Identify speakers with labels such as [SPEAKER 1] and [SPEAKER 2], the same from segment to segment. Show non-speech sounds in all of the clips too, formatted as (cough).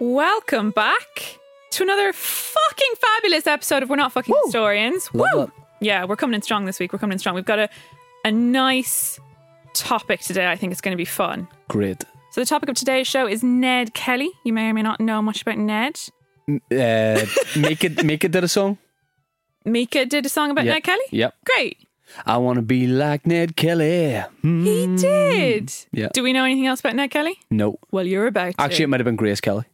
[SPEAKER 1] Welcome back to another fucking fabulous episode of We're Not Fucking Historians.
[SPEAKER 2] Love
[SPEAKER 1] Woo!
[SPEAKER 2] up.
[SPEAKER 1] Yeah, we're coming in strong this week. We're coming in strong. We've got a, a nice topic today. I think it's going to be fun.
[SPEAKER 2] Great.
[SPEAKER 1] So, the topic of today's show is Ned Kelly. You may or may not know much about Ned.
[SPEAKER 2] Uh, (laughs) make it, make it did a song.
[SPEAKER 1] Mika did a song about
[SPEAKER 2] Yeah.
[SPEAKER 1] Ned Kelly.
[SPEAKER 2] Yep.
[SPEAKER 1] Great.
[SPEAKER 2] I want to be like Ned Kelly. Hmm.
[SPEAKER 1] He did.
[SPEAKER 2] Yeah.
[SPEAKER 1] Do we know anything else about Ned Kelly?
[SPEAKER 2] No,
[SPEAKER 1] Well, you're about to.
[SPEAKER 2] actually, it might have been Grace Kelly.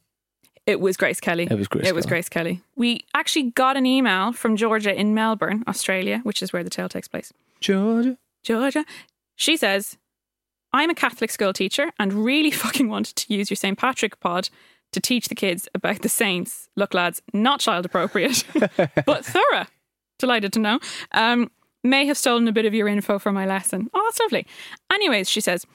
[SPEAKER 1] It was Grace Kelly.
[SPEAKER 2] It was Grace
[SPEAKER 1] It was
[SPEAKER 2] Kelly.
[SPEAKER 1] Grace Kelly. We actually got an email from Georgia in Melbourne, Australia, which is where the tale takes place.
[SPEAKER 2] Georgia.
[SPEAKER 1] Georgia. She says, I'm a Catholic school teacher and really (laughs) fucking wanted to use your St. Patrick pod to teach the kids about the saints. Look, lads, not child appropriate, (laughs) but thorough. Delighted to know. Um, may have stolen a bit of your info for my lesson. Oh, that's lovely. Anyways, she says,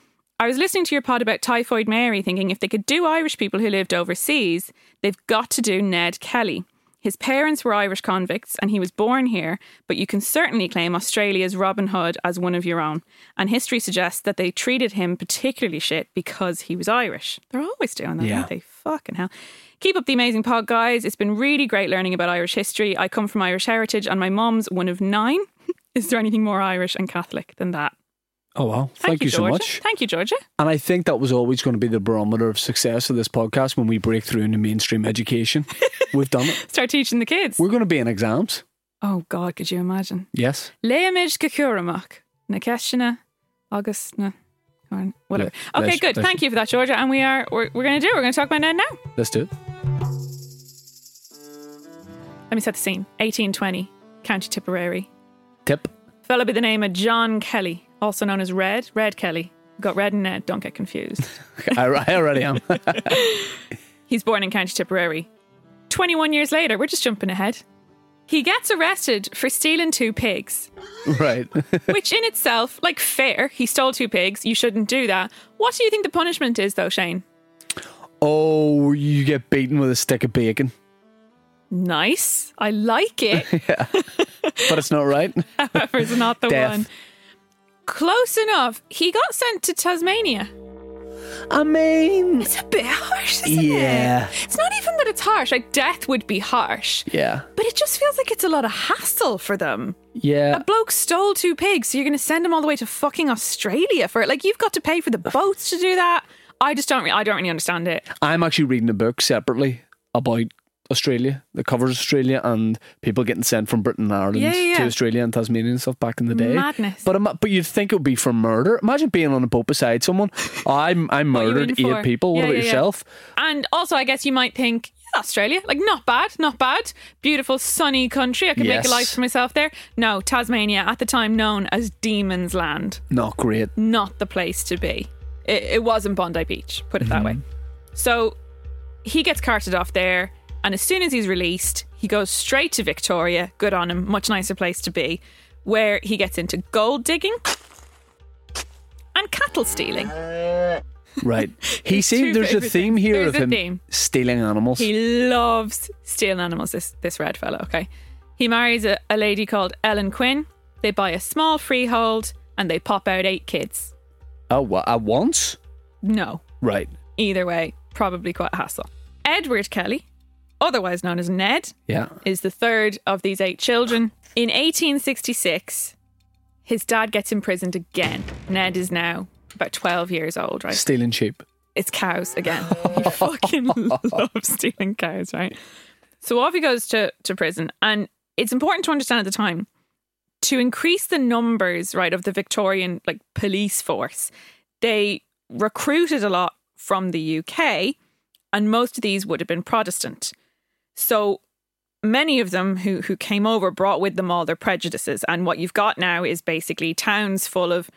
[SPEAKER 1] I was listening to your pod about Typhoid Mary, thinking if they could do Irish people who lived overseas, they've got to do Ned Kelly. His parents were Irish convicts and he was born here, but you can certainly claim Australia's Robin Hood as one of your own. And history suggests that they treated him particularly shit because he was Irish. They're always doing that,
[SPEAKER 2] Yeah.
[SPEAKER 1] aren't they? Fucking hell. Keep up the amazing pod, guys. It's been really great learning about Irish history. I come from Irish heritage and my mum's one of nine. (laughs) Is there anything more Irish and Catholic than that?
[SPEAKER 2] Oh wow! Thank, you, so
[SPEAKER 1] Georgia.
[SPEAKER 2] much.
[SPEAKER 1] Thank you, Georgia.
[SPEAKER 2] And I think that was always going to be the barometer of success of this podcast when we break through into
[SPEAKER 1] (laughs)
[SPEAKER 2] mainstream education. We've done it.
[SPEAKER 1] Start teaching the kids.
[SPEAKER 2] We're going to be in exams.
[SPEAKER 1] oh God, could you imagine?
[SPEAKER 2] Yes.
[SPEAKER 1] Leimid Kakuramok. Nakeshina, August, no, whatever.
[SPEAKER 2] Yeah,
[SPEAKER 1] okay,
[SPEAKER 2] that's-
[SPEAKER 1] good.
[SPEAKER 2] that's-
[SPEAKER 1] Thank you for that, Georgia. And we are, we're, we're going to do it. We're going to talk about Ned now.
[SPEAKER 2] Let's do it.
[SPEAKER 1] Let me set the scene. 1820, County Tipperary.
[SPEAKER 2] Tip.
[SPEAKER 1] Fellow by the name of John Kelly, also known as Red, Red Kelly. Got Red and Ned, don't get
[SPEAKER 2] (laughs)
[SPEAKER 1] confused.
[SPEAKER 2] I, I already am.
[SPEAKER 1] He's born in County Tipperary. 21 years later, we're just jumping ahead. He gets arrested for stealing two pigs.
[SPEAKER 2] (laughs) (laughs) right.
[SPEAKER 1] Which in itself, like fair, he stole two pigs. You shouldn't do that. What do you think the punishment is, though, Shane?
[SPEAKER 2] Oh, you get beaten with a stick of bacon,
[SPEAKER 1] Nice. I like
[SPEAKER 2] (laughs)
[SPEAKER 1] it.
[SPEAKER 2] but it's
[SPEAKER 1] (laughs)
[SPEAKER 2] not right.
[SPEAKER 1] However, it's not the
[SPEAKER 2] Death.
[SPEAKER 1] one. Close enough. He got sent to Tasmania.
[SPEAKER 2] I mean,
[SPEAKER 1] It's a bit harsh, isn't
[SPEAKER 2] Yeah.
[SPEAKER 1] it? It's not even that it's harsh. Like death would be harsh,
[SPEAKER 2] yeah,
[SPEAKER 1] but it just feels like it's a lot of hassle for them.
[SPEAKER 2] yeah.
[SPEAKER 1] A bloke stole two pigs, so you're going to send him all the way to fucking Australia for it. Like you've got to pay for the boats to do that. I just don't. Re- I don't really understand it.
[SPEAKER 2] I'm actually reading a book separately about Australia that covers Australia and people getting sent from Britain and Ireland
[SPEAKER 1] Yeah, yeah, yeah.
[SPEAKER 2] to Australia and Tasmania and stuff back in the day.
[SPEAKER 1] Madness.
[SPEAKER 2] But ima- but you'd think it would be for murder. Imagine being on a boat beside someone. I'm I
[SPEAKER 1] you
[SPEAKER 2] murdered
[SPEAKER 1] in
[SPEAKER 2] eight
[SPEAKER 1] for?
[SPEAKER 2] people. What
[SPEAKER 1] Yeah,
[SPEAKER 2] about
[SPEAKER 1] yeah, yeah.
[SPEAKER 2] yourself?
[SPEAKER 1] And also, I guess you might think "Yeah, Australia, like not bad, not bad, beautiful sunny country. I could make
[SPEAKER 2] Yes.
[SPEAKER 1] a life for myself there. No, Tasmania, at the time known as Demon's Land,
[SPEAKER 2] Not great.
[SPEAKER 1] not the place to be. It, it wasn't Bondi Beach, put it that way. So he gets carted off there, and as soon as he's released, he goes straight to Victoria. Good on him, much nicer place to be, where he gets into gold digging and cattle stealing. (laughs)
[SPEAKER 2] Right. He
[SPEAKER 1] His two
[SPEAKER 2] seems there's a
[SPEAKER 1] favourite
[SPEAKER 2] theme
[SPEAKER 1] things.
[SPEAKER 2] here
[SPEAKER 1] There's
[SPEAKER 2] of
[SPEAKER 1] a
[SPEAKER 2] him
[SPEAKER 1] theme.
[SPEAKER 2] stealing animals.
[SPEAKER 1] He loves stealing animals, this, this red fella, okay? He marries a, a lady called Ellen Quinn. They buy a small freehold and they pop out eight kids.
[SPEAKER 2] oh, what? At once?
[SPEAKER 1] No,
[SPEAKER 2] Right.
[SPEAKER 1] either way, probably quite a hassle. Edward Kelly, otherwise known as Ned,
[SPEAKER 2] Yeah.
[SPEAKER 1] is the third of these eight children. In 1866, his dad gets imprisoned again. Ned is now about 12 years old, right?
[SPEAKER 2] Stealing sheep.
[SPEAKER 1] it's cows again. He fucking loves stealing cows, right? So off he goes to, to prison. And it's important to understand at the time to increase the numbers, right, of the Victorian like police force, they recruited a lot from the UK, and most of these would have been Protestant. So many of them who who came over brought with them all their prejudices. And what you've got now is basically towns full of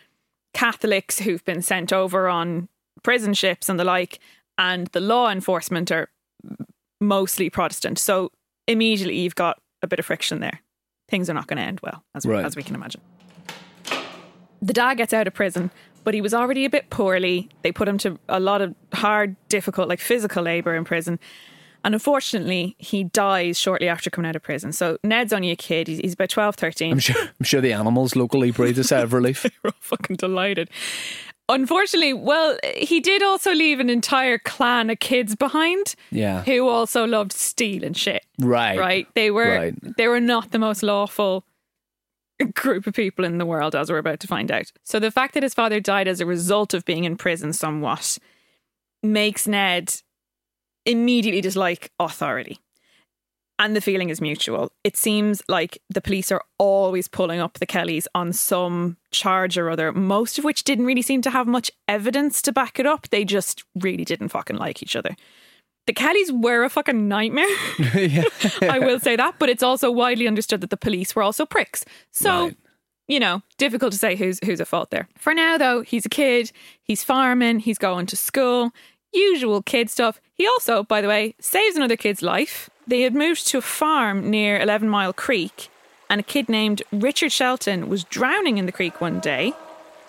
[SPEAKER 1] Catholics who've been sent over on prison ships and the like, and the law enforcement are mostly Protestant. So immediately you've got a bit of friction there. Things are not going to end well, as,
[SPEAKER 2] Right.
[SPEAKER 1] as we can imagine. The dad gets out of prison, but he was already a bit poorly. They put him to a lot of hard, difficult, like physical labor in prison. And unfortunately, he dies shortly after coming out of prison. So Ned's only a kid. He's, he's about 12, 13. (laughs)
[SPEAKER 2] I'm sure, I'm sure the animals locally breathe a sigh of relief.
[SPEAKER 1] We're all fucking delighted. Unfortunately, well, he did also leave an entire clan of kids behind
[SPEAKER 2] Yeah.
[SPEAKER 1] who also loved stealing shit.
[SPEAKER 2] Right.
[SPEAKER 1] Right? They were
[SPEAKER 2] Right.
[SPEAKER 1] they were not the most lawful group of people in the world, as we're about to find out. So the fact that his father died as a result of being in prison somewhat makes Ned immediately dislike authority. And the feeling is mutual. It seems like the police are always pulling up the Kellys on some charge or other, most of which didn't really seem to have much evidence to back it up. They just really didn't fucking like each other. The Kellys were a fucking nightmare.
[SPEAKER 2] (laughs)
[SPEAKER 1] (laughs)
[SPEAKER 2] yeah.
[SPEAKER 1] I will say that, but it's also widely understood that the police were also pricks. So,
[SPEAKER 2] Right.
[SPEAKER 1] you know, difficult to say who's who's at fault there. For now though, he's a kid, he's farming, he's going to school, usual kid stuff. He also, by the way, saves another kid's life. They had moved to a farm near 11 Mile Creek, and a kid named Richard Shelton was drowning in the creek one day,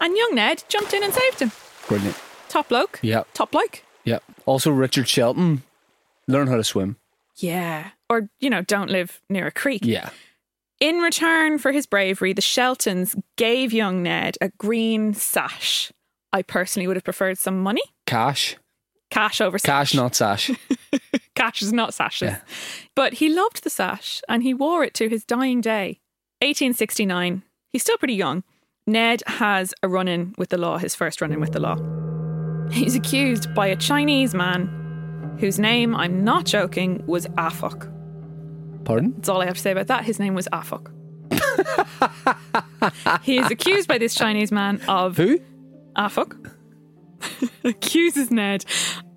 [SPEAKER 1] and young Ned jumped in and saved him.
[SPEAKER 2] Brilliant.
[SPEAKER 1] Top bloke.
[SPEAKER 2] Yeah.
[SPEAKER 1] Top bloke.
[SPEAKER 2] Yeah. Also, Richard Shelton, learn how to swim.
[SPEAKER 1] Yeah. Or, you know, don't live near a creek.
[SPEAKER 2] Yeah.
[SPEAKER 1] In return for his bravery, the Sheltons gave young Ned a green sash. I personally would have preferred some money.
[SPEAKER 2] Cash.
[SPEAKER 1] Cash over sash.
[SPEAKER 2] Cash, not sash.
[SPEAKER 1] Cash is not sashes. But he loved the sash and he wore it to his dying day. 1869. He's still pretty young. Ned has a run in with the law, his first run in with the law. He's accused by a Chinese man whose name, I'm not joking, was Afok.
[SPEAKER 2] (laughs) Pardon?
[SPEAKER 1] That's all I have to say about that. His name was Afok. (laughs) he is accused by this Chinese man of
[SPEAKER 2] Who?
[SPEAKER 1] Afok. (laughs) accuses Ned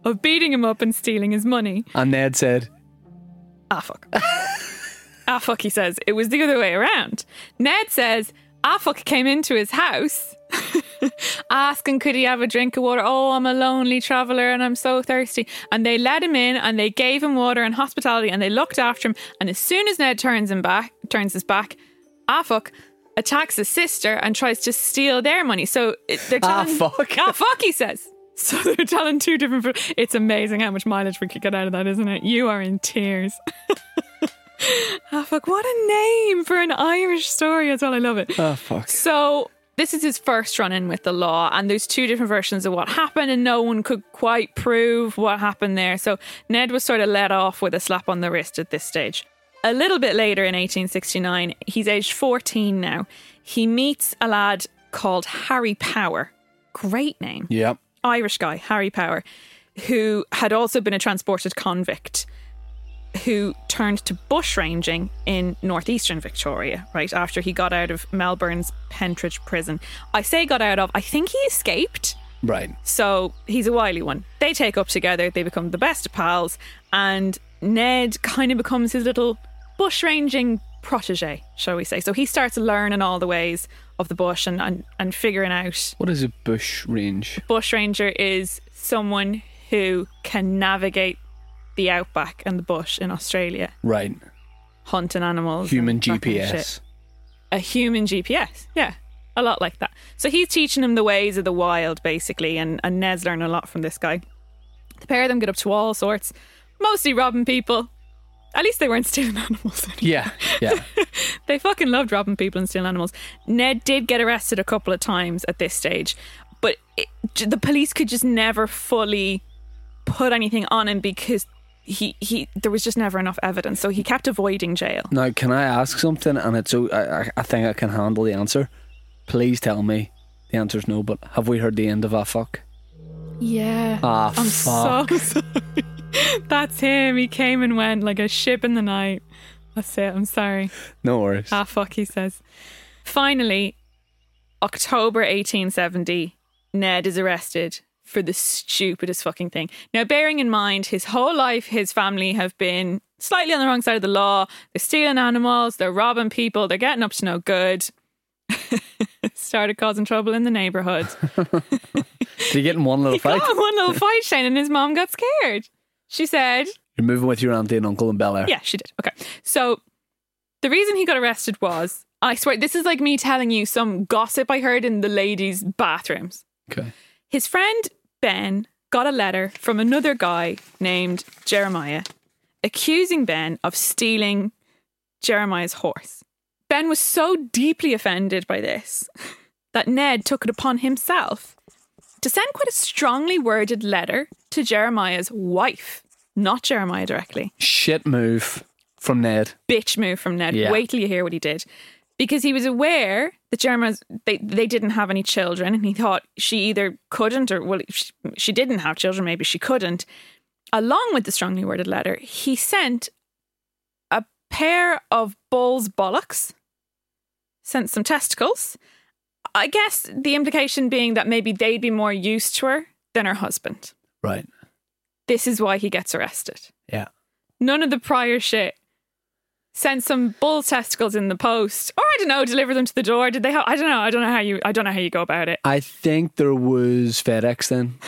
[SPEAKER 1] of beating him up and stealing his money.
[SPEAKER 2] And Ned said,
[SPEAKER 1] Afok. (laughs) Afok, Ah, he says. It was the other way around. Ned says Afok came into his house (laughs) asking, could he have a drink of water? Oh, I'm a lonely traveller and I'm so thirsty. And they let him in and they gave him water and hospitality and they looked after him. And as soon as Ned turns him back, turns his back, Afok attacks his sister and tries to steal their money. So it- they're
[SPEAKER 2] Ah,
[SPEAKER 1] telling
[SPEAKER 2] fuck.
[SPEAKER 1] Ah, fuck, he says. So (laughs) they're telling two different. ver- It's amazing how much mileage we could get out of that, isn't it? You are in tears. Ah, fuck, what a name for an Irish story as well. I love it.
[SPEAKER 2] oh, fuck.
[SPEAKER 1] So this is his first run in with the law, and there's two different versions of what happened, and no one could quite prove what happened there. So Ned was sort of let off with a slap on the wrist at this stage. A little bit later in 1869, he's aged 14 now, he meets a lad called Harry Power. Great name.
[SPEAKER 2] Yeah.
[SPEAKER 1] Irish guy, Harry Power, who had also been a transported convict who turned to bushranging in northeastern Victoria, right, after he got out of Melbourne's Pentridge prison. I say got out of, I think he escaped.
[SPEAKER 2] Right.
[SPEAKER 1] So he's a wily one. They take up together, they become the best of pals, and Ned kind of becomes his little bushranging protege, shall we say. So he starts learning all the ways of the bush and, and, and figuring out
[SPEAKER 2] What is a bush range?
[SPEAKER 1] bushranger is someone who can navigate the outback and the bush in Australia,
[SPEAKER 2] Right.
[SPEAKER 1] hunting animals.
[SPEAKER 2] Human
[SPEAKER 1] and that kind of shit.
[SPEAKER 2] GPS.
[SPEAKER 1] A human GPS, yeah. A lot like that. So he's teaching him the ways of the wild, basically, and, and Ned's learning a lot from this guy. The pair of them get up to all sorts, mostly robbing people. At least they weren't stealing (laughs) animals.
[SPEAKER 2] Yeah. Yeah.
[SPEAKER 1] They fucking loved robbing people and stealing animals. Ned did get arrested a couple of times at this stage, but it, j- the police could just never fully put anything on him because he he there was just never enough evidence. So he kept avoiding jail.
[SPEAKER 2] (laughs) Now, can I ask something? And it's so I, I- I think I can handle the answer. Please tell me the answer's no. But have we heard the end of a fuck?
[SPEAKER 1] Yeah.
[SPEAKER 2] Ah,
[SPEAKER 1] I'm
[SPEAKER 2] fuck.
[SPEAKER 1] so sorry. (laughs) That's him. He came and went like a ship in the night. That's it. I'm sorry.
[SPEAKER 2] no worries.
[SPEAKER 1] Ah, fuck, he says. Finally, October 1870, Ned is arrested for the stupidest fucking thing. Now, bearing in mind, his whole life, his family have been slightly on the wrong side of the law. They're stealing animals, they're robbing people, they're getting up to no good. (laughs) Started causing trouble in the neighborhood.
[SPEAKER 2] So you get in one (laughs) little fight.
[SPEAKER 1] Got in (laughs) one little fight, Shane, and his mom got scared. She said,
[SPEAKER 2] You're moving with your auntie and uncle in Bel Air.
[SPEAKER 1] (laughs) yeah, she did. Okay. So the reason he got arrested was I swear, this is like me telling you some gossip I heard in the ladies' bathrooms.
[SPEAKER 2] Okay.
[SPEAKER 1] His friend Ben got a letter from another guy named Jeremiah accusing Ben of stealing Jeremiah's horse. Ben was (laughs) so deeply offended by this that Ned took it upon himself to send quite a strongly worded letter to Jeremiah's wife, not Jeremiah directly.
[SPEAKER 2] Shit move from Ned.
[SPEAKER 1] Bitch move from Ned.
[SPEAKER 2] Yeah.
[SPEAKER 1] Wait till you hear what he did. Because he was aware that Jeremiah's, they, they didn't have any children, and he thought she either couldn't or, well, she, she didn't have children, maybe she couldn't. Along with the strongly worded letter, he sent a pair of bull's bollocks, sent some testicles. I guess the implication being that maybe they'd be more used to her than her husband.
[SPEAKER 2] Right.
[SPEAKER 1] This is why he gets arrested.
[SPEAKER 2] Yeah.
[SPEAKER 1] None of the prior shit. Sent some bull testicles in the post, or I don't know, deliver them to the door. Did they? Have, I don't know. I don't know how you. I don't know how you go about it.
[SPEAKER 2] I think there was
[SPEAKER 1] (laughs)
[SPEAKER 2] FedEx then.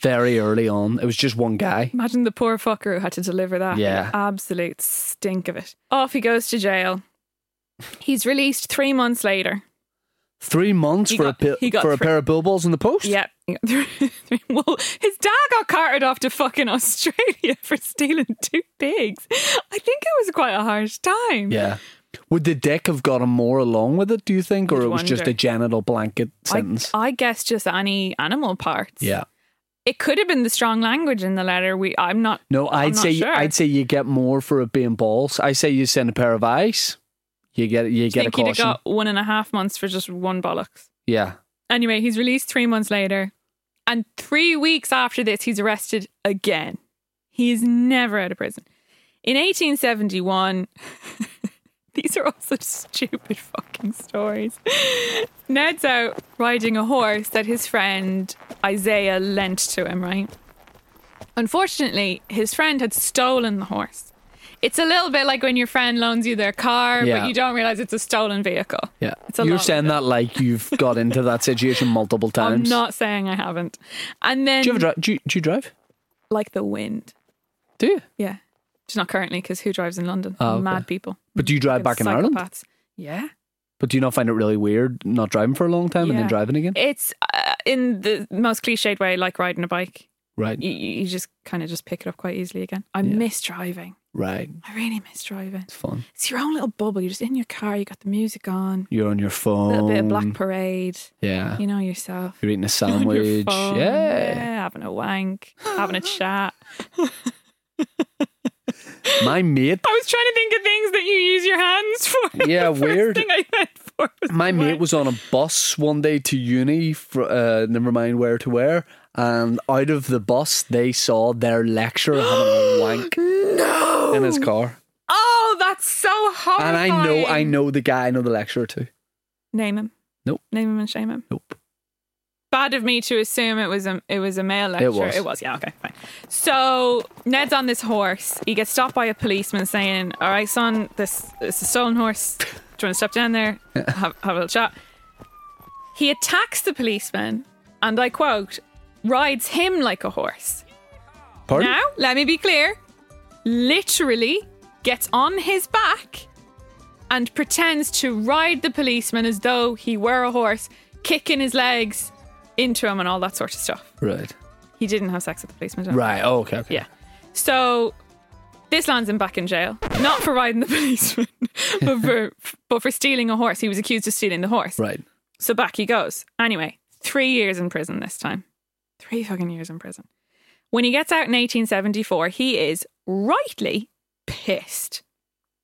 [SPEAKER 2] Very early on. It was just one guy.
[SPEAKER 1] Imagine the poor fucker who had to deliver that.
[SPEAKER 2] Yeah.
[SPEAKER 1] The absolute stink of it. Off he goes to jail. He's released three months later.
[SPEAKER 2] Three months
[SPEAKER 1] He
[SPEAKER 2] for
[SPEAKER 1] got-
[SPEAKER 2] a
[SPEAKER 1] he
[SPEAKER 2] pi-
[SPEAKER 1] got
[SPEAKER 2] for a
[SPEAKER 1] free-
[SPEAKER 2] pair of billballs in the post?
[SPEAKER 1] Yep. (laughs) well, his dad got carted off to fucking Australia (laughs) for stealing two pigs. I think it was quite a harsh time.
[SPEAKER 2] Yeah. Would the dick have gotten more along with it, do you think? Or
[SPEAKER 1] You'd
[SPEAKER 2] it was just
[SPEAKER 1] wonder.
[SPEAKER 2] a genital blanket
[SPEAKER 1] I,
[SPEAKER 2] sentence?
[SPEAKER 1] I guess just any animal parts.
[SPEAKER 2] yeah.
[SPEAKER 1] It could have been the strong language in the letter. We, I'm not.
[SPEAKER 2] No, I'd
[SPEAKER 1] not
[SPEAKER 2] say
[SPEAKER 1] sure.
[SPEAKER 2] I'd say you get more for it being balls. I say you send a pair of eyes, you get you
[SPEAKER 1] I
[SPEAKER 2] get a
[SPEAKER 1] think he'd have
[SPEAKER 2] caution.
[SPEAKER 1] got one and a half months for just one bollocks.
[SPEAKER 2] Yeah.
[SPEAKER 1] Anyway, he's released three months later, and three weeks after this, he's arrested again. He is never out of prison. In 1871, (laughs) these are all such stupid fucking stories. Ned's out riding a horse that his friend Isaiah lent to him, right? Unfortunately, his friend had stolen the horse. It's a little bit like when your friend loans you their car,
[SPEAKER 2] Yeah.
[SPEAKER 1] but you don't realize it's a stolen vehicle.
[SPEAKER 2] Yeah.
[SPEAKER 1] It's a
[SPEAKER 2] You're
[SPEAKER 1] lot,
[SPEAKER 2] saying that like you've got into that situation multiple
[SPEAKER 1] (laughs) I'm
[SPEAKER 2] times.
[SPEAKER 1] not saying I haven't. And then,
[SPEAKER 2] do you ever drive? Do you, do you drive?
[SPEAKER 1] like the wind.
[SPEAKER 2] Do you?
[SPEAKER 1] Yeah. Just not currently, because who drives in London?
[SPEAKER 2] Oh, okay.
[SPEAKER 1] Mad people.
[SPEAKER 2] But do you drive
[SPEAKER 1] Fucking
[SPEAKER 2] back in Ireland?
[SPEAKER 1] psychopaths. Yeah.
[SPEAKER 2] But do you not find it really weird not driving for a long time and
[SPEAKER 1] Yeah.
[SPEAKER 2] then driving again?
[SPEAKER 1] It's uh, in the most cliched way, like riding a bike.
[SPEAKER 2] Right,
[SPEAKER 1] You, you you just kind of just pick it up quite easily again. I miss driving.
[SPEAKER 2] right.
[SPEAKER 1] I really miss driving.
[SPEAKER 2] It's fun.
[SPEAKER 1] It's your own little bubble. You're just in your car. You got the music on.
[SPEAKER 2] You're on your
[SPEAKER 1] A
[SPEAKER 2] phone.
[SPEAKER 1] little bit of
[SPEAKER 2] Um,
[SPEAKER 1] Black Parade.
[SPEAKER 2] Yeah.
[SPEAKER 1] You know yourself.
[SPEAKER 2] You're eating a
[SPEAKER 1] (laughs) on your
[SPEAKER 2] sandwich.
[SPEAKER 1] phone,
[SPEAKER 2] yeah.
[SPEAKER 1] yeah. Having a wank. having
[SPEAKER 2] (gasps)
[SPEAKER 1] a chat.
[SPEAKER 2] My mate.
[SPEAKER 1] I was trying to think of things that you use your hands for. (laughs)
[SPEAKER 2] Yeah,
[SPEAKER 1] The first
[SPEAKER 2] weird.
[SPEAKER 1] thing I went for was
[SPEAKER 2] My
[SPEAKER 1] wank.
[SPEAKER 2] mate was on a bus one day to uni, for, uh, never mind where to where, and out of the bus they saw their lecturer
[SPEAKER 1] (gasps)
[SPEAKER 2] having a wank
[SPEAKER 1] No.
[SPEAKER 2] in his car.
[SPEAKER 1] Oh, that's so
[SPEAKER 2] And
[SPEAKER 1] horrifying.
[SPEAKER 2] I know, I know the guy, I know the lecturer too.
[SPEAKER 1] Name him.
[SPEAKER 2] Nope.
[SPEAKER 1] Name him and shame him.
[SPEAKER 2] Nope.
[SPEAKER 1] Bad of me to assume it was a it was a male lecturer.
[SPEAKER 2] was.
[SPEAKER 1] Yeah. Okay. Fine. So Ned's on this horse. He gets stopped by a policeman saying, "All right, son, this it's a stolen horse. Do you want to step down
[SPEAKER 2] (laughs)
[SPEAKER 1] there? Have, have a little chat." He attacks the policeman, and I quote, "Rides him like a horse."
[SPEAKER 2] Pardon?
[SPEAKER 1] Now, let me be clear. Literally gets on his back and pretends to ride the policeman as though he were a horse, kicking his legs into him and all that sort of stuff.
[SPEAKER 2] Right.
[SPEAKER 1] He didn't have sex with the policeman. don't-
[SPEAKER 2] Right. Oh, okay. okay.
[SPEAKER 1] Yeah. So this lands him back in jail, not for riding the (laughs) policeman, but for but for stealing a horse. He was accused of stealing the horse.
[SPEAKER 2] Right.
[SPEAKER 1] So back he goes. Anyway, three years in prison this time. Three fucking years in prison. When he gets out in 1874, he is rightly pissed.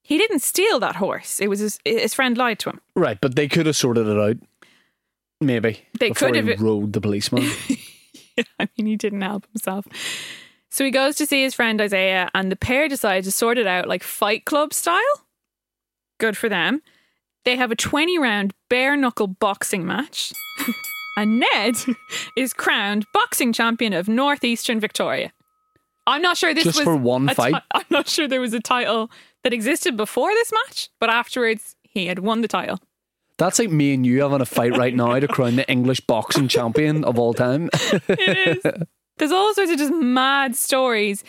[SPEAKER 1] He didn't steal that horse. It was his, his friend lied to him.
[SPEAKER 2] Right. But they could have sorted it out. Maybe.
[SPEAKER 1] They
[SPEAKER 2] before
[SPEAKER 1] could
[SPEAKER 2] he
[SPEAKER 1] have-
[SPEAKER 2] rode the
[SPEAKER 1] (laughs)
[SPEAKER 2] policeman.
[SPEAKER 1] I mean, he didn't help himself. So he goes to see his friend Isaiah, and the pair decide to sort it out like Fight Club style. Good for them. They have a 20 round bare knuckle boxing match, (laughs) and Ned (laughs) is crowned boxing champion of Northeastern Victoria. I'm not sure this
[SPEAKER 2] Just
[SPEAKER 1] was
[SPEAKER 2] for one
[SPEAKER 1] a ti-
[SPEAKER 2] fight.
[SPEAKER 1] (laughs) I'm not sure there was a title that existed before this match, but afterwards he had won the title.
[SPEAKER 2] That's like me and you having a fight right now to crown the English boxing champion of all time.
[SPEAKER 1] it is. There's all sorts of just mad stories,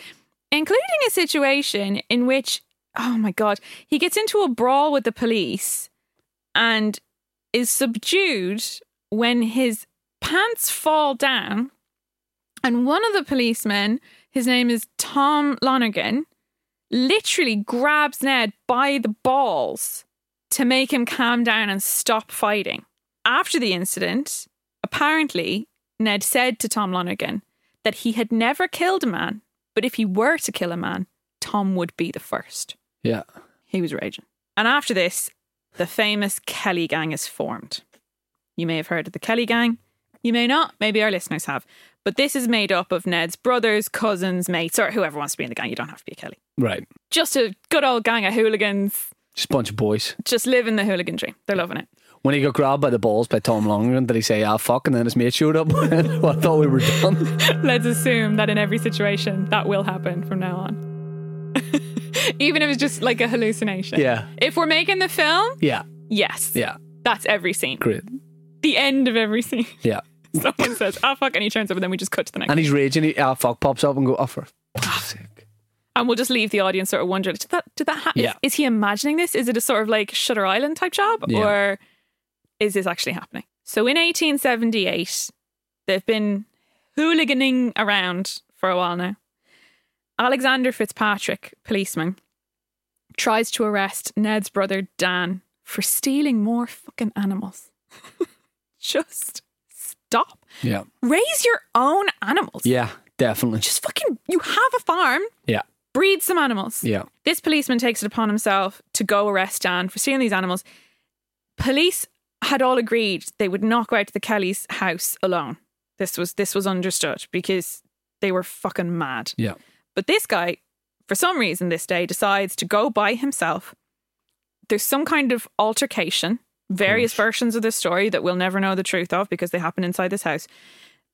[SPEAKER 1] including a situation in which, oh my God, he gets into a brawl with the police and is subdued when his pants fall down. And one of the policemen, his name is Tom Lonergan, literally grabs Ned by the balls to make him calm down and stop fighting. After the incident, apparently Ned said to Tom Lonergan that he had never killed a man, but if he were to kill a man, Tom would be the first.
[SPEAKER 2] Yeah.
[SPEAKER 1] He was raging. And after this, the famous Kelly Gang is formed. You may have heard of the Kelly Gang. You may not. Maybe our listeners have. But this is made up of Ned's brothers, cousins, mates, or whoever wants to be in the gang. You don't have to be a Kelly.
[SPEAKER 2] Right.
[SPEAKER 1] Just a good old gang of hooligans,
[SPEAKER 2] Just a bunch of boys.
[SPEAKER 1] just living the hooligan dream. They're loving it.
[SPEAKER 2] When he got grabbed by the balls by Tom Longren, did he say, ah, fuck, and then his mate showed up? (laughs) I thought we were done.
[SPEAKER 1] Let's assume that in every situation, that will happen from now on. (laughs) Even if it's just like a hallucination.
[SPEAKER 2] Yeah.
[SPEAKER 1] If we're making the film,
[SPEAKER 2] Yeah.
[SPEAKER 1] yes.
[SPEAKER 2] Yeah.
[SPEAKER 1] That's every scene.
[SPEAKER 2] Great.
[SPEAKER 1] The end of every scene. (laughs)
[SPEAKER 2] Yeah.
[SPEAKER 1] Someone says, ah, fuck, and he turns over, then we just cut to the next.
[SPEAKER 2] And he's raging. He, ah, fuck, pops up and go, oh, for fuck's sake.
[SPEAKER 1] And we'll just leave the audience sort of wondering, did that, did that happen?
[SPEAKER 2] Yeah.
[SPEAKER 1] Is, he imagining this? Is it a sort of like Shutter Island type job?
[SPEAKER 2] Yeah.
[SPEAKER 1] Or is this actually happening? So in 1878, they've been hooliganing around for a while now. Alexander Fitzpatrick, policeman, tries to arrest Ned's brother Dan for stealing more fucking animals. (laughs) just stop.
[SPEAKER 2] Yeah.
[SPEAKER 1] Raise your own animals.
[SPEAKER 2] Yeah, definitely.
[SPEAKER 1] Just fucking, you have a farm,
[SPEAKER 2] Yeah.
[SPEAKER 1] breed some animals.
[SPEAKER 2] Yeah.
[SPEAKER 1] This policeman takes it upon himself to go arrest Dan for stealing these animals. Police had all agreed they would not go out to the Kelly's house alone. This was this was understood because they were fucking mad.
[SPEAKER 2] Yeah.
[SPEAKER 1] But this guy, for some reason this day, decides to go by himself. There's some kind of altercation, various versions of this story that we'll never know the truth of because they happen inside this house.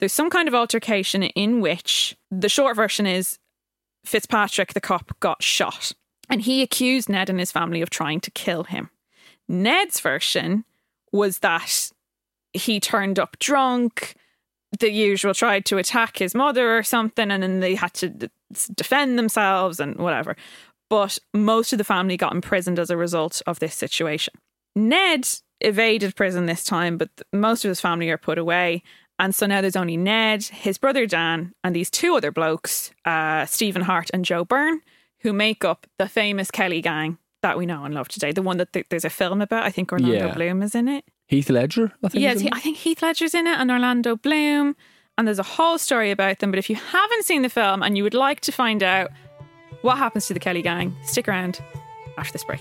[SPEAKER 1] There's some kind of altercation in which the short version is Fitzpatrick, the cop, got shot. And he accused Ned and his family of trying to kill him. Ned's version was that he turned up drunk, the usual tried to attack his mother or something, and then they had to d- defend themselves and whatever. But most of the family got imprisoned as a result of this situation. Ned evaded prison this time, but th- most of his family are put away. And so now there's only Ned, his brother Dan, and these two other blokes, uh, Stephen Hart and Joe Byrne, who make up the famous Kelly gang that we know and love today. The one that th- there's a film about, I think Orlando
[SPEAKER 2] Yeah.
[SPEAKER 1] Bloom is in it.
[SPEAKER 2] Heath Ledger, I think.
[SPEAKER 1] Yeah,
[SPEAKER 2] is
[SPEAKER 1] it's
[SPEAKER 2] in
[SPEAKER 1] He- I think Heath Ledger's in it and Orlando Bloom, and there's a whole story about them. But if you haven't seen the film and you would like to find out what happens to the Kelly gang, stick around after this break.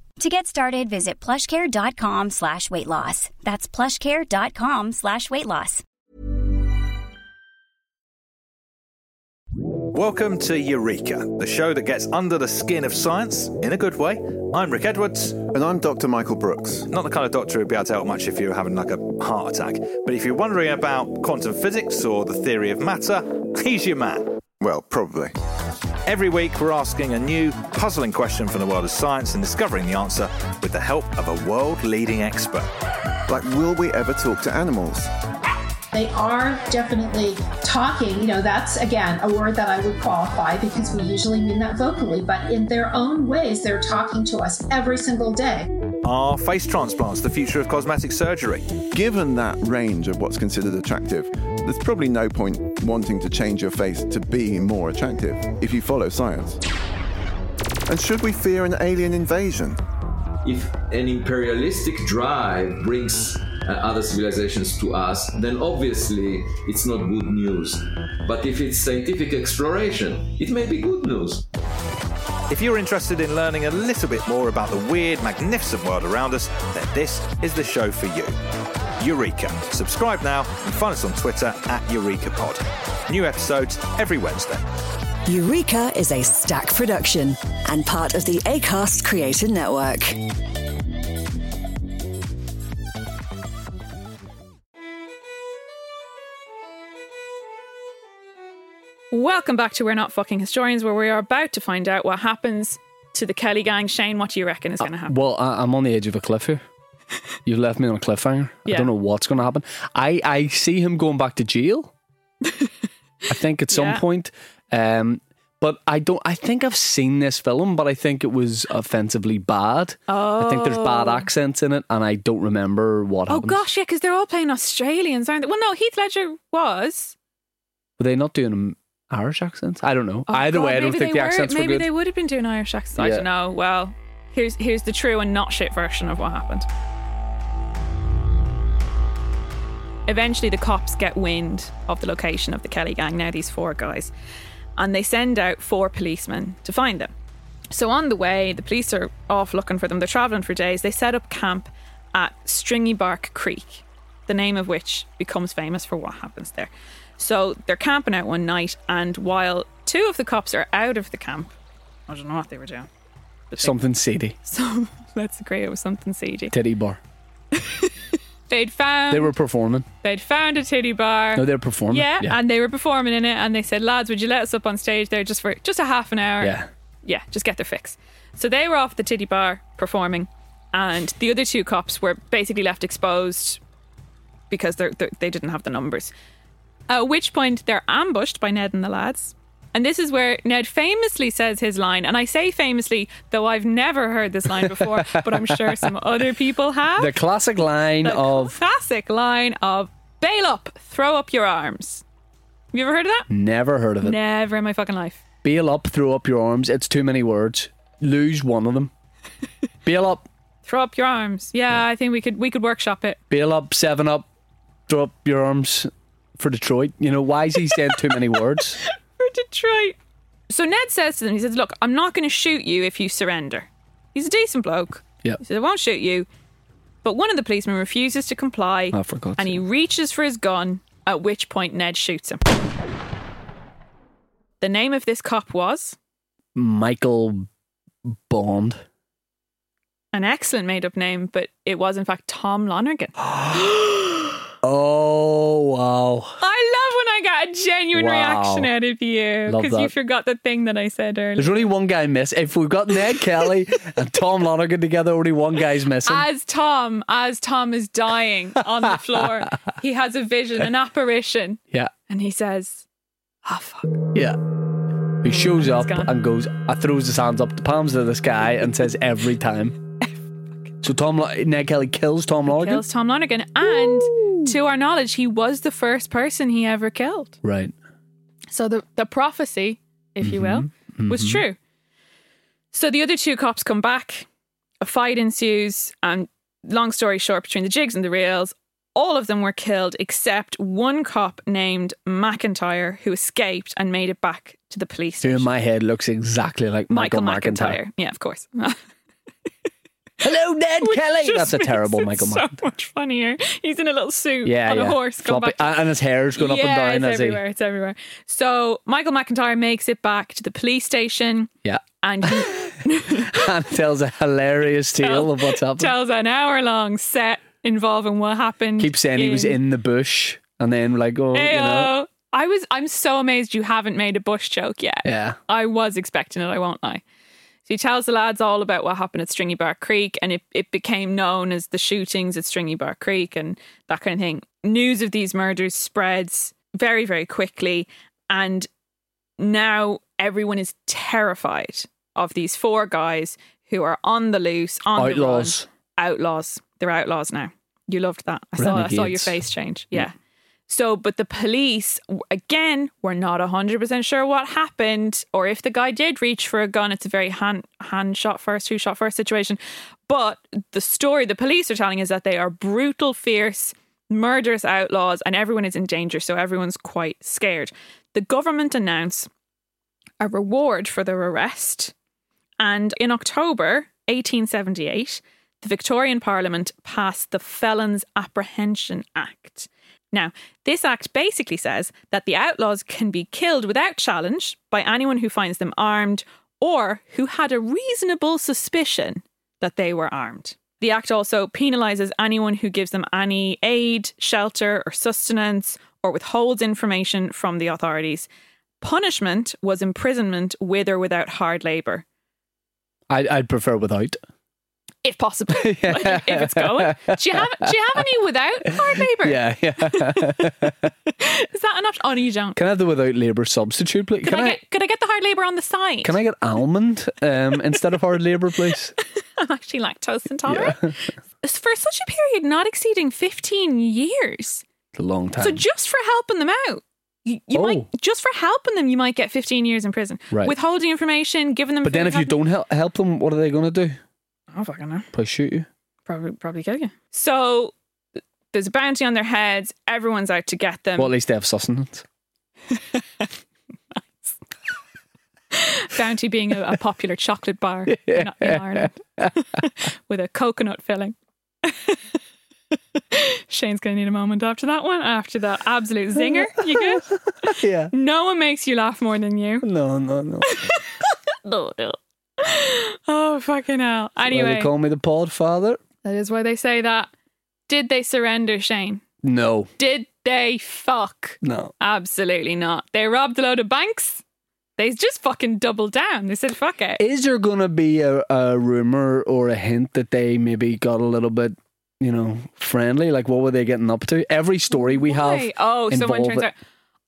[SPEAKER 3] To get started, visit plushcare.com slash weight loss. That's plushcare.com slash weight loss.
[SPEAKER 4] Welcome to Eureka, the show that gets under the skin of science in a good way. I'm Rick Edwards.
[SPEAKER 5] And I'm Dr. Michael Brooks.
[SPEAKER 4] Not the kind of doctor who'd be able to help much if you were having like a heart attack. But if you're wondering about quantum physics or the theory of matter, (laughs) he's your man.
[SPEAKER 5] Well, probably.
[SPEAKER 4] Every week, we're asking a new, puzzling question from the world of science and discovering the answer with the help of a world leading expert.
[SPEAKER 5] Like, will we ever talk to animals?
[SPEAKER 6] They are definitely talking. You know, that's again a word that I would qualify because we usually mean that vocally, but in their own ways, they're talking to us every single day.
[SPEAKER 4] Are face transplants the future of cosmetic surgery?
[SPEAKER 5] Given that range of what's considered attractive, there's probably no point wanting to change your face to be more attractive if you follow science. And should we fear an alien invasion?
[SPEAKER 7] if an imperialistic drive brings uh, other civilizations to us, then obviously it's not good news. But if it's scientific exploration, it may be good news.
[SPEAKER 4] If you're interested in learning a little bit more about the weird, magnificent world around us, then this is the show for you. Eureka. Subscribe now and find us on Twitter at EurekaPod. New episodes every Wednesday.
[SPEAKER 8] Eureka is a stack production and part of the ACAST Creator Network.
[SPEAKER 1] Welcome back to We're Not Fucking Historians, where we are about to find out what happens to the Kelly gang. Shane, what do you reckon is
[SPEAKER 2] Uh,
[SPEAKER 1] going to happen?
[SPEAKER 2] Well, I, I'm on the edge of a cliff here. You've left me on a cliffhanger. I
[SPEAKER 1] Yeah.
[SPEAKER 2] don't know what's going to happen. I, I see him going back to jail. I think at
[SPEAKER 1] (laughs)
[SPEAKER 2] some
[SPEAKER 1] Yeah.
[SPEAKER 2] point. Um, but I don't. I think I've seen this film, but I think it was offensively bad. I think there's bad accents in it, and I don't remember what
[SPEAKER 1] oh,
[SPEAKER 2] happens.
[SPEAKER 1] gosh, yeah, because they're all playing Australians, aren't they? Well, no, Heath Ledger was.
[SPEAKER 2] Were they not doing um, Irish accents? I don't know.
[SPEAKER 1] Oh,
[SPEAKER 2] Either
[SPEAKER 1] God,
[SPEAKER 2] way, I don't
[SPEAKER 1] maybe
[SPEAKER 2] think
[SPEAKER 1] they
[SPEAKER 2] the accents
[SPEAKER 1] were,
[SPEAKER 2] were
[SPEAKER 1] Maybe
[SPEAKER 2] good.
[SPEAKER 1] they would have been doing Irish accents. I
[SPEAKER 2] Yeah.
[SPEAKER 1] don't know. Well, here's here's the true and not shit version of what happened. Eventually, the cops get wind of the location of the Kelly gang. Now these four guys, and they send out four policemen to find them. So on the way, the police are off looking for them. They're traveling for days. They set up camp at Stringy Bark Creek, the name of which becomes famous for what happens there. So they're camping out one night, and while two of the cops are out of the camp, I don't know what they were doing.
[SPEAKER 2] Something seedy,
[SPEAKER 1] So (laughs) let's agree it was something seedy.
[SPEAKER 2] titty bar.
[SPEAKER 1] They'd found
[SPEAKER 2] They were performing.
[SPEAKER 1] they'd found a titty bar.
[SPEAKER 2] No, they were performing.
[SPEAKER 1] Um, yeah,
[SPEAKER 2] yeah.
[SPEAKER 1] and they were performing in it, and they said, "Lads, would you let us up on stage there just for just a half an hour?"
[SPEAKER 2] yeah.
[SPEAKER 1] yeah, just get their fix. So they were off the titty bar performing, and the other two cops were basically left exposed because they're, they're, they didn't have the numbers. At which point they're ambushed by Ned and the lads. And this is where Ned famously says his line, and I say famously, though I've never heard this line
[SPEAKER 2] (laughs)
[SPEAKER 1] before, but I'm sure some other people have.
[SPEAKER 2] The classic line
[SPEAKER 1] The
[SPEAKER 2] of
[SPEAKER 1] classic line of "Bail up, throw up your arms." Have you ever heard of that?
[SPEAKER 2] never heard of it.
[SPEAKER 1] Never in my fucking life.
[SPEAKER 2] Bail up, throw up your arms. It's too many words. Lose one of them.
[SPEAKER 1] (laughs)
[SPEAKER 2] bail up,
[SPEAKER 1] Throw up your arms. Yeah, I think we could we could workshop it.
[SPEAKER 2] bail up, seven up, throw up your arms for Detroit. You know, why is he saying too many
[SPEAKER 1] (laughs)
[SPEAKER 2] words?
[SPEAKER 1] for Detroit. So Ned says to them, he says, Look, I'm not going to shoot you if you surrender. He's a decent bloke.
[SPEAKER 2] Yeah.
[SPEAKER 1] He says, I won't shoot you. But one of the policemen refuses to comply
[SPEAKER 2] Oh, for God's
[SPEAKER 1] and he reaches for his gun, at which point Ned shoots him. The name of this cop was
[SPEAKER 2] Michael
[SPEAKER 1] (gasps)
[SPEAKER 2] Bond.
[SPEAKER 1] an excellent made up name, but it was in fact Tom
[SPEAKER 2] (gasps)
[SPEAKER 1] Lonergan.
[SPEAKER 2] Oh, wow.
[SPEAKER 1] I love when I got a genuine
[SPEAKER 2] Wow.
[SPEAKER 1] reaction out of you
[SPEAKER 2] Love
[SPEAKER 1] because you
[SPEAKER 2] that.
[SPEAKER 1] forgot the thing that I said earlier.
[SPEAKER 2] There's only one guy miss. If we've got Ned Kelly and Tom Lonergan together, only one guy's missing.
[SPEAKER 1] as Tom, as Tom is dying on the floor, he has a vision, an apparition,
[SPEAKER 2] yeah,
[SPEAKER 1] and he says, "Ah, fuck!"
[SPEAKER 2] yeah. He shows up
[SPEAKER 1] gone.
[SPEAKER 2] and goes, I throws his hands up, the palms to the sky, and says
[SPEAKER 1] (laughs)
[SPEAKER 2] every time. So Tom, Lo- Ned Kelly kills Tom Lonergan.
[SPEAKER 1] Kills Tom Lonergan, and to our knowledge, he was the first person he ever killed.
[SPEAKER 2] Right.
[SPEAKER 1] So the the prophecy, if you will, was true. So the other two cops come back, a fight ensues, and long story short, between the jigs and the rails, all of them were killed except one cop named McIntyre who escaped and made it back to the police.
[SPEAKER 2] Who in
[SPEAKER 1] station.
[SPEAKER 2] my head looks exactly like Michael, McIntyre.
[SPEAKER 1] Yeah, of course. (laughs)
[SPEAKER 2] Hello, Ned
[SPEAKER 1] Which
[SPEAKER 2] Kelly.
[SPEAKER 1] just
[SPEAKER 2] That's a terrible
[SPEAKER 1] makes
[SPEAKER 2] Michael
[SPEAKER 1] it
[SPEAKER 2] McIntyre.
[SPEAKER 1] So much funnier. He's in a little suit
[SPEAKER 2] Yeah,
[SPEAKER 1] on
[SPEAKER 2] yeah.
[SPEAKER 1] a horse. Going
[SPEAKER 2] Floppy-
[SPEAKER 1] back to
[SPEAKER 2] and his hair's going up
[SPEAKER 1] yeah,
[SPEAKER 2] and down
[SPEAKER 1] it's
[SPEAKER 2] as
[SPEAKER 1] everywhere. It's everywhere. So Michael McIntyre makes it back to the police station
[SPEAKER 2] he yeah (laughs)
[SPEAKER 1] and he
[SPEAKER 2] and tells a hilarious tale of what's happened.
[SPEAKER 1] tells an hour long set involving what happened.
[SPEAKER 2] Keeps saying he was in the bush, and then like oh you know
[SPEAKER 1] Ayo. I was. I'm so amazed you haven't made a bush joke yet.
[SPEAKER 2] yeah
[SPEAKER 1] I was expecting it, I won't lie. So he tells the lads all about what happened at Stringy Bar Creek, and it, it became known as the shootings at Stringy Bar Creek and that kind of thing. News of these murders spreads very, very quickly, and now everyone is terrified of these four guys who are on the loose, on
[SPEAKER 2] outlaws.
[SPEAKER 1] the run. Outlaws. They're outlaws now. You loved that. I saw, I saw your
[SPEAKER 2] Renegades.
[SPEAKER 1] face change. Yeah. So, but the police, w- again, were not 100% sure what happened or if the guy did reach for a gun. It's a very hand, hand shot first, who shot first situation. But the story the police are telling is that they are brutal, fierce, murderous outlaws and everyone is in danger. So everyone's quite scared. The government announced a reward for their arrest. And in October 1878, the Victorian Parliament passed the Felons Apprehension Act. Now, this act basically says that the outlaws can be killed without challenge by anyone who finds them armed or who had a reasonable suspicion that they were armed. The act also penalises anyone who gives them any aid, shelter, or sustenance, or withholds information from the authorities. Punishment was imprisonment with or without hard labour,
[SPEAKER 2] I'd, I'd prefer without.
[SPEAKER 1] if
[SPEAKER 2] (laughs)
[SPEAKER 1] possible. Like, if it's going, do you have do you have any without hard labour?
[SPEAKER 2] Yeah, yeah. (laughs)
[SPEAKER 1] Is that an option? Oh, no, you don't.
[SPEAKER 2] Can I have the without labour substitute, please?
[SPEAKER 1] Could I, get could I get the hard labour on the side?
[SPEAKER 2] Can I get almond um, instead of hard
[SPEAKER 1] (laughs)
[SPEAKER 2] labour, please?
[SPEAKER 1] I'm (laughs) actually lactose intolerant. For such a period not exceeding 15 years.
[SPEAKER 2] It's a long time.
[SPEAKER 1] So just for helping them out, you, you
[SPEAKER 2] Oh.
[SPEAKER 1] might just for helping them, you might get 15 years in prison.
[SPEAKER 2] Right.
[SPEAKER 1] Withholding information, giving them.
[SPEAKER 2] but then if you don't help, help them, what are they going to do?
[SPEAKER 1] I don't fucking know.
[SPEAKER 2] Probably shoot you.
[SPEAKER 1] Probably probably kill you. So there's a bounty on their heads. Everyone's out to get them.
[SPEAKER 2] well, at least they have sustenance.
[SPEAKER 1] bounty being
[SPEAKER 2] (laughs)
[SPEAKER 1] a, a popular chocolate bar in, in Ireland (laughs) with a coconut filling. (laughs) Shane's going to need a moment after that one. After that absolute zinger, you good?
[SPEAKER 2] (laughs) Yeah.
[SPEAKER 1] No one makes you laugh more than
[SPEAKER 2] (laughs)
[SPEAKER 1] you.
[SPEAKER 2] No, no, no.
[SPEAKER 1] Oh, fucking hell. (laughs)
[SPEAKER 2] Why
[SPEAKER 1] Anyway,
[SPEAKER 2] they call me the podfather?
[SPEAKER 1] that is why they say that. Did they surrender, Shane?
[SPEAKER 2] No,
[SPEAKER 1] Did they fuck?
[SPEAKER 2] no.
[SPEAKER 1] Absolutely not. They robbed a load of banks. They just fucking doubled down. They said, fuck it.
[SPEAKER 2] Is there going to be a, a rumor or a hint that they maybe got a little bit, you know, friendly? Like, what were they getting up to? Every story we have.
[SPEAKER 1] Why? Oh, someone
[SPEAKER 2] involve
[SPEAKER 1] turns
[SPEAKER 2] it-
[SPEAKER 1] out.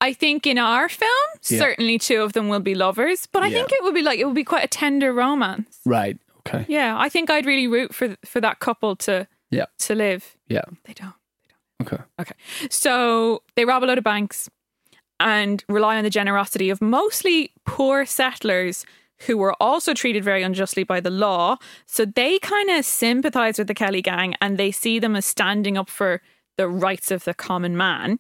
[SPEAKER 1] I think in our film,
[SPEAKER 2] Yeah.
[SPEAKER 1] certainly two of them will be lovers, but I
[SPEAKER 2] Yeah.
[SPEAKER 1] think it would be like it would be quite a tender romance.
[SPEAKER 2] Right. Okay.
[SPEAKER 1] Yeah, I think I'd really root for for that couple to
[SPEAKER 2] Yeah.
[SPEAKER 1] to live.
[SPEAKER 2] Yeah.
[SPEAKER 1] They don't.
[SPEAKER 2] Okay.
[SPEAKER 1] So they rob a load of banks and rely on the generosity of mostly poor settlers who were also treated very unjustly by the law. So they kind of sympathize with the Kelly gang and they see them as standing up for the rights of the common man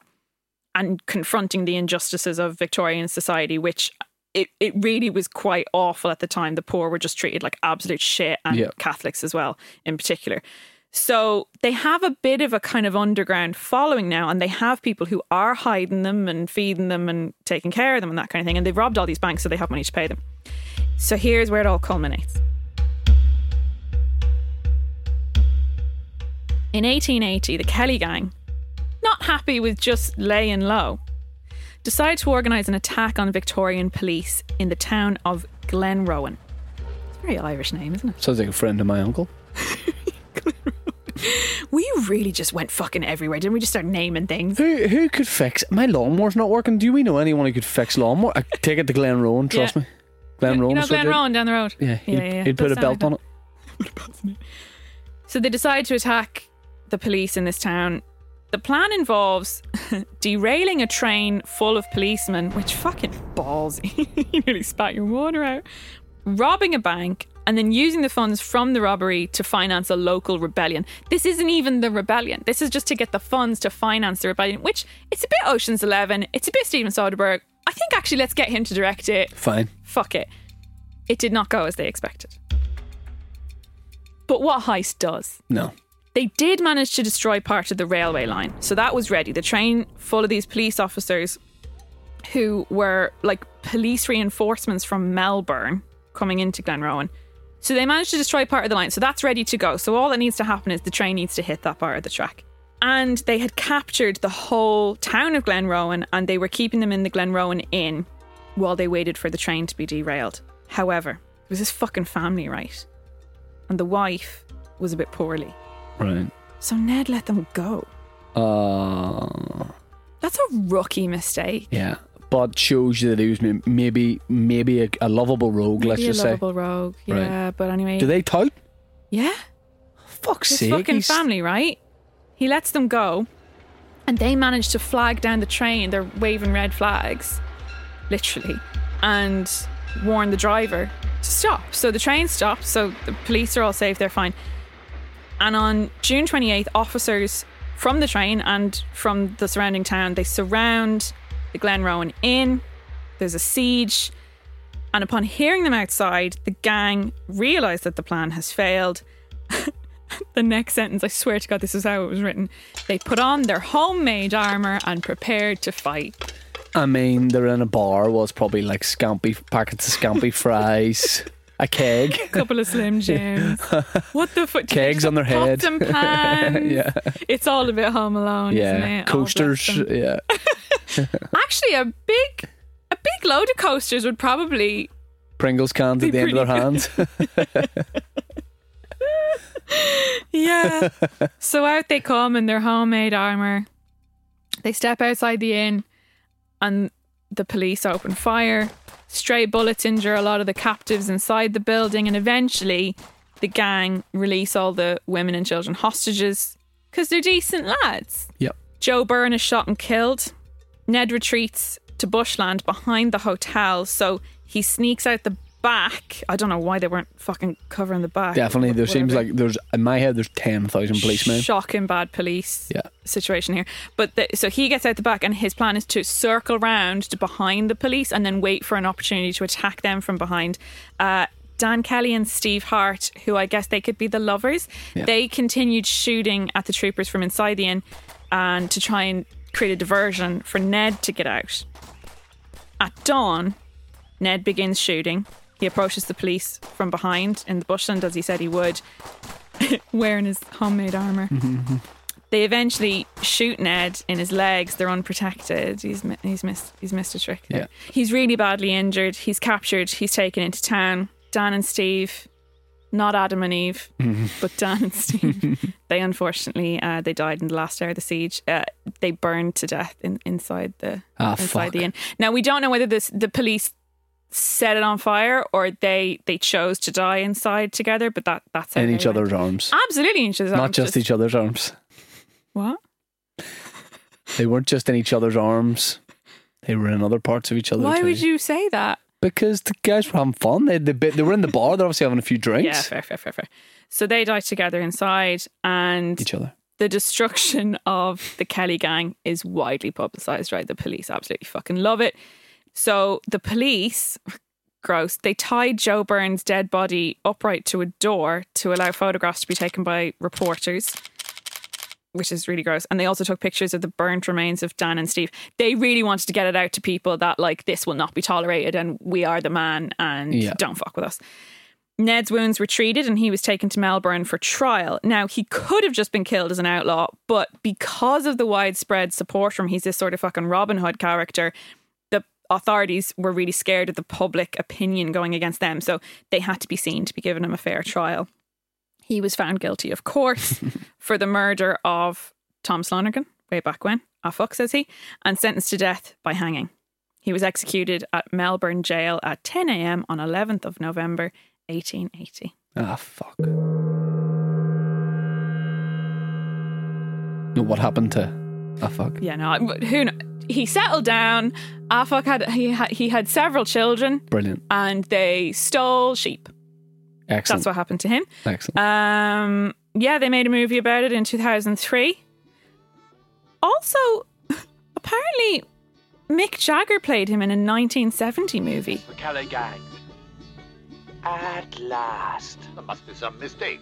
[SPEAKER 1] and confronting the injustices of Victorian society, which it, it really was quite awful at the time. The poor were just treated like absolute shit and
[SPEAKER 2] Yeah.
[SPEAKER 1] Catholics as well, in particular. So they have a bit of a kind of underground following now, and they have people who are hiding them and feeding them and taking care of them and that kind of thing. And they've robbed all these banks, so they have money to pay them. So here's where it all culminates. In 1880, the Kelly gang, not happy with just laying low, decide to organise an attack on Victorian police in the town of Glenrowan. It's a very Irish name, isn't it?
[SPEAKER 2] Sounds like a friend of my uncle.
[SPEAKER 1] We really just went fucking everywhere, didn't we? Just start naming things.
[SPEAKER 2] Who who could fix my lawnmower's not working? Do we know anyone who could fix lawnmower? I take it to Glen Rowan, trust
[SPEAKER 1] Yeah.
[SPEAKER 2] me. Glen Rowan.
[SPEAKER 1] you know
[SPEAKER 2] is what
[SPEAKER 1] Glen
[SPEAKER 2] they-
[SPEAKER 1] Rowan down the road.
[SPEAKER 2] Yeah, he'd, he'd
[SPEAKER 1] Does
[SPEAKER 2] put a
[SPEAKER 1] sound
[SPEAKER 2] belt
[SPEAKER 1] like
[SPEAKER 2] on it.
[SPEAKER 1] that. So they decide to attack the police in this town. The plan involves (laughs) derailing a train full of policemen, which fucking ballsy. (laughs) you nearly spat your water out. Robbing a bank and then using the funds from the robbery to finance a local rebellion. This isn't even the rebellion. This is just to get the funds to finance the rebellion, which it's a bit Ocean's Eleven. It's a bit Steven Soderbergh. I think actually let's get him to direct it
[SPEAKER 2] Fine.
[SPEAKER 1] fuck it. It did not go as they expected. But what heist does?
[SPEAKER 2] No.
[SPEAKER 1] They did manage to destroy part of the railway line. So that was ready. The train full of these police officers who were like police reinforcements from Melbourne coming into Glenrowan. So they managed to destroy part of the line. So that's ready to go. So all that needs to happen is the train needs to hit that part of the track. And they had captured the whole town of Glenrowan and they were keeping them in the Glenrowan Inn while they waited for the train to be derailed. However, it was this fucking family, right? And the wife was a bit poorly.
[SPEAKER 2] Right.
[SPEAKER 1] So Ned let them go.
[SPEAKER 2] Uh
[SPEAKER 1] That's a rookie mistake.
[SPEAKER 2] yeah. But shows you that he was m- maybe maybe a, a lovable rogue, let's
[SPEAKER 1] Be a
[SPEAKER 2] just say.
[SPEAKER 1] lovable rogue.
[SPEAKER 2] Right.
[SPEAKER 1] Yeah, but anyway.
[SPEAKER 2] Do they tout?
[SPEAKER 1] yeah.
[SPEAKER 2] Fuck's
[SPEAKER 1] His
[SPEAKER 2] sake.
[SPEAKER 1] fucking
[SPEAKER 2] he's-
[SPEAKER 1] family, right? He lets them go, and they manage to flag down the train. They're waving red flags, literally, and warn the driver to stop. So the train stops. So the police are all safe. They're fine. And on June 28th, officers from the train and from the surrounding town they surround the Glenrowan Inn. There's a siege. And upon hearing them outside, the gang realise that the plan has failed the next sentence, I swear to God, this is how it was written. They put on their homemade armor and prepared to fight.
[SPEAKER 2] I mean, they're in a bar. Was probably like scampy packets
[SPEAKER 1] (laughs)
[SPEAKER 2] of scampy fries, a keg.
[SPEAKER 1] Couple of
[SPEAKER 2] (laughs)
[SPEAKER 1] Slim Jims. What the fuck?
[SPEAKER 2] Kegs on their head.
[SPEAKER 1] Pots and pans.
[SPEAKER 2] (laughs) Yeah.
[SPEAKER 1] It's all a bit Home Alone, isn't
[SPEAKER 2] Yeah,
[SPEAKER 1] it? Oh, bless
[SPEAKER 2] coasters.
[SPEAKER 1] them.
[SPEAKER 2] Yeah,
[SPEAKER 1] Actually, a big, a big load of coasters would probably
[SPEAKER 2] Pringles cans at the
[SPEAKER 1] Be
[SPEAKER 2] end of their hands. (laughs)
[SPEAKER 1] Yeah. so out they come in their homemade armor. They step outside the inn and the police open fire. Stray bullets injure a lot of the captives inside the building, and eventually the gang release all the women and children hostages because they're decent lads.
[SPEAKER 2] yep.
[SPEAKER 1] Joe Byrne is shot and killed. Ned retreats to bushland behind the hotel, so he sneaks out the back. I don't know why they weren't fucking covering the back.
[SPEAKER 2] Definitely, there seems
[SPEAKER 1] Whatever
[SPEAKER 2] like there's in my head there's ten thousand policemen.
[SPEAKER 1] shocking bad police
[SPEAKER 2] Yeah.
[SPEAKER 1] situation here. But the, so he gets out the back, and his plan is to circle round to behind the police and then wait for an opportunity to attack them from behind. Uh, Dan Kelly and Steve Hart, who I guess they could be the lovers, they continued shooting at the troopers from inside the inn and to try and create a diversion for Ned to get out. At dawn, Ned begins shooting. He approaches the police from behind in the bushland as he said he would, (laughs) wearing his homemade
[SPEAKER 2] (laughs)
[SPEAKER 1] armor. They eventually shoot Ned in his legs. They're unprotected. He's mi- he's missed he's missed a trick. There. He's really badly injured. He's captured. He's taken into town. Dan and Steve, not Adam and
[SPEAKER 2] (laughs)
[SPEAKER 1] Eve, but Dan and Steve. they unfortunately uh, they died in the last hour of the siege. Uh, they burned to death in, inside the
[SPEAKER 2] Ah,
[SPEAKER 1] inside
[SPEAKER 2] fuck.
[SPEAKER 1] the inn. Now we don't know whether this the police set it on fire or they they chose to die inside together. But that that's how
[SPEAKER 2] in
[SPEAKER 1] they
[SPEAKER 2] each
[SPEAKER 1] went.
[SPEAKER 2] other's arms,
[SPEAKER 1] Absolutely, in each other's
[SPEAKER 2] not
[SPEAKER 1] arms,
[SPEAKER 2] just each other's arms.
[SPEAKER 1] What?
[SPEAKER 2] They weren't just in each other's arms. They were in other parts of each other.
[SPEAKER 1] Why
[SPEAKER 2] too.
[SPEAKER 1] would you say that?
[SPEAKER 2] Because the guys were having fun. They, they, they were in the bar. They're obviously having a few
[SPEAKER 1] Yeah,
[SPEAKER 2] drinks.
[SPEAKER 1] fair, fair, fair, fair. So they die together inside, and
[SPEAKER 2] Each other.
[SPEAKER 1] the destruction of the Kelly gang is widely publicized, right? The police absolutely fucking love it. So the police, gross, they tied Joe Byrne's dead body upright to a door to allow photographs to be taken by reporters, which is really gross. And they also took pictures of the burnt remains of Dan and Steve. They really wanted to get it out to people that, like, this will not be tolerated and we are the man and
[SPEAKER 2] Yeah.
[SPEAKER 1] don't fuck with us. Ned's wounds were treated and he was taken to Melbourne for trial. Now, he could have just been killed as an outlaw, but because of the widespread support from he's this sort of fucking Robin Hood character, the authorities were really scared of the public opinion going against them. So they had to be seen to be given him a fair trial. He was found guilty, of course, for the murder of Tom Slonigan way back when, a fuck says he, and sentenced to death by hanging. He was executed at Melbourne Jail at 10 a.m. on 11th of November, 1880.
[SPEAKER 2] Ah, fuck. No, what happened to. Ah, fuck.
[SPEAKER 1] Yeah, no, I- who kn- he settled down. Afak had he had he had several children,
[SPEAKER 2] Brilliant.
[SPEAKER 1] and they stole sheep.
[SPEAKER 2] Excellent.
[SPEAKER 1] That's what happened to him.
[SPEAKER 2] Excellent.
[SPEAKER 1] Um, yeah, they made a movie about it in 2003. Also, (laughs) apparently, Mick Jagger played him in a 1970 movie.
[SPEAKER 9] Calais gang. At last. There must be some mistake.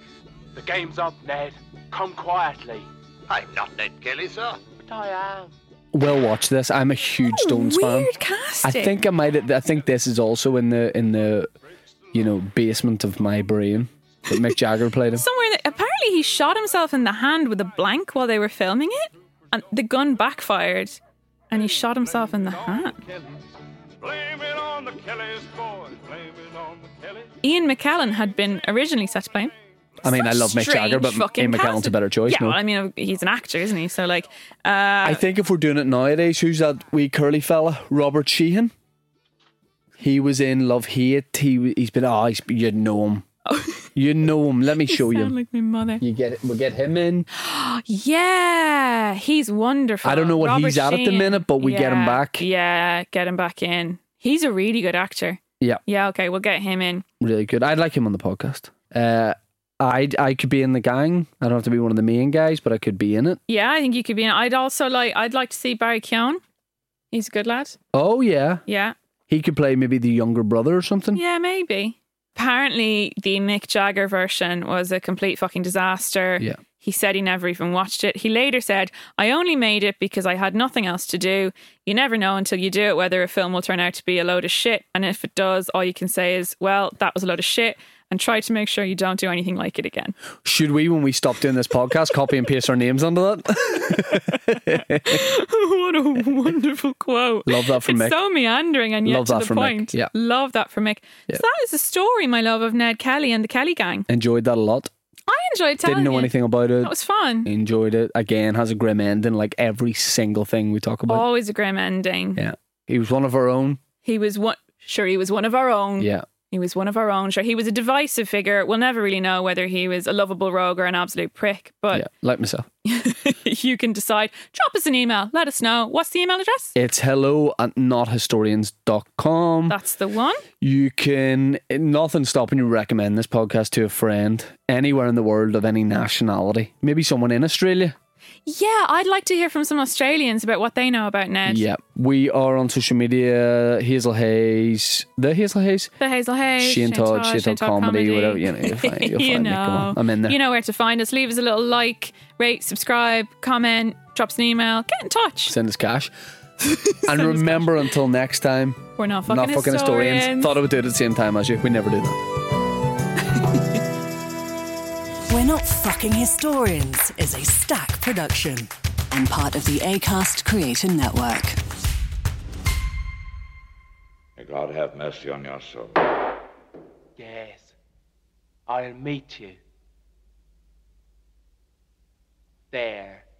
[SPEAKER 9] The game's up, Ned. Come quietly. I'm not Ned Kelly, sir. But I am.
[SPEAKER 2] we'll watch this. I'm a huge Stones fan.
[SPEAKER 1] Weird
[SPEAKER 2] I
[SPEAKER 1] casting.
[SPEAKER 2] think I might. I think this is also in the in the, you know, basement of my brain. That Mick Jagger
[SPEAKER 1] (laughs)
[SPEAKER 2] played him.
[SPEAKER 1] somewhere that apparently he shot himself in the hand with a blank while they were filming it and the gun backfired and he shot himself in the hand
[SPEAKER 9] Blame it on the Kellys, boy. Blame it on the Kellys.
[SPEAKER 1] ian mckellen had been originally set to play him
[SPEAKER 2] I mean, I
[SPEAKER 1] Such
[SPEAKER 2] love Mick Jagger,
[SPEAKER 1] strange
[SPEAKER 2] but
[SPEAKER 1] fucking
[SPEAKER 2] Ian McKellen's
[SPEAKER 1] casting.
[SPEAKER 2] a better choice.
[SPEAKER 1] yeah
[SPEAKER 2] no?
[SPEAKER 1] well, i mean he's an actor isn't he so like
[SPEAKER 2] I
[SPEAKER 1] uh
[SPEAKER 2] think if we're doing it nowadays, who's that wee curly fella? Robert Sheehan. He was in Love Hate. He he's been oh, he's, you
[SPEAKER 1] (laughs)
[SPEAKER 2] know him. you know him. Let me
[SPEAKER 1] you
[SPEAKER 2] show you.
[SPEAKER 1] sound like my mother
[SPEAKER 2] you get we'll get him in.
[SPEAKER 1] yeah he's wonderful
[SPEAKER 2] I don't know what
[SPEAKER 1] Robert
[SPEAKER 2] he's at at the
[SPEAKER 1] Sheehan.
[SPEAKER 2] minute, but we get him
[SPEAKER 1] Yeah,
[SPEAKER 2] back.
[SPEAKER 1] yeah get him back in he's a really good actor
[SPEAKER 2] Yeah,
[SPEAKER 1] yeah okay we'll get him in
[SPEAKER 2] really good. I'd like him on the podcast. Uh, I I could be in the gang. I don't have to be one of the main guys, but I could be in it.
[SPEAKER 1] yeah i think you could be in i'd also like i'd like to see barry keown he's a good lad
[SPEAKER 2] Oh yeah,
[SPEAKER 1] yeah
[SPEAKER 2] he could play maybe the younger brother or something.
[SPEAKER 1] Yeah, maybe. Apparently, the Mick Jagger version was a complete fucking disaster.
[SPEAKER 2] Yeah.
[SPEAKER 1] He said he never even watched it. He later said, I only made it because I had nothing else to do. You never know until you do it whether a film will turn out to be a load of shit. And if it does, all you can say is, well, that was a load of shit. And try to make sure you don't do anything like it again. (laughs)
[SPEAKER 2] Should we, when we stop doing this podcast, copy and paste our names
[SPEAKER 1] (laughs)
[SPEAKER 2] under that?
[SPEAKER 1] what
[SPEAKER 2] (laughs)
[SPEAKER 1] a wonderful quote.
[SPEAKER 2] Love that from
[SPEAKER 1] it's
[SPEAKER 2] Mick.
[SPEAKER 1] so meandering and yet
[SPEAKER 2] Love
[SPEAKER 1] to
[SPEAKER 2] that
[SPEAKER 1] the
[SPEAKER 2] from Mick,
[SPEAKER 1] point.
[SPEAKER 2] yeah.
[SPEAKER 1] Love that from Mick.
[SPEAKER 2] Yeah.
[SPEAKER 1] So that is the story, my love, of Ned Kelly and the Kelly gang.
[SPEAKER 2] Enjoyed that a lot.
[SPEAKER 1] I enjoyed telling
[SPEAKER 2] Didn't know
[SPEAKER 1] you.
[SPEAKER 2] anything about it.
[SPEAKER 1] That was fun.
[SPEAKER 2] Enjoyed it. Again, has a grim ending, like every single thing we talk about.
[SPEAKER 1] Always Oh, a grim ending.
[SPEAKER 2] Yeah. He was one of our own.
[SPEAKER 1] He was one. Sure, he was one of our own.
[SPEAKER 2] Yeah.
[SPEAKER 1] He was one of our own. Sure, he was a divisive figure. We'll never really know whether he was a lovable rogue or an absolute prick,
[SPEAKER 2] yeah.
[SPEAKER 1] but
[SPEAKER 2] Like myself.
[SPEAKER 1] (laughs) you can decide. Drop us an email. Let us know. What's the email address?
[SPEAKER 2] It's hello at nothistorians.com.
[SPEAKER 1] That's the one.
[SPEAKER 2] You can, nothing stopping you recommend this podcast to a friend anywhere in the world of any nationality. Maybe someone in Australia.
[SPEAKER 1] Yeah, I'd like to hear from some Australians about what they know about Ned.
[SPEAKER 2] Yeah. We are on social media Hazel Hayes, the Hazel Hayes,
[SPEAKER 1] The Hazel Hayes,
[SPEAKER 2] Shane Todd, Shane Todd Comedy, whatever, you know, you'll
[SPEAKER 1] (laughs)
[SPEAKER 2] find- you'll find me, come on, I'm in there.
[SPEAKER 1] You know where to find us. Leave us a little like, rate, subscribe, comment, drop us an email, get in touch.
[SPEAKER 2] send us cash. and remember until next time,
[SPEAKER 1] We're not fucking,
[SPEAKER 2] not fucking historians. Thought I would do it at the same time as you. We never do that.
[SPEAKER 8] We're Not Fucking Historians is a stack production and part of the ACAST Creator Network.
[SPEAKER 10] May God have mercy on your soul.
[SPEAKER 9] Yes. I'll meet you. There.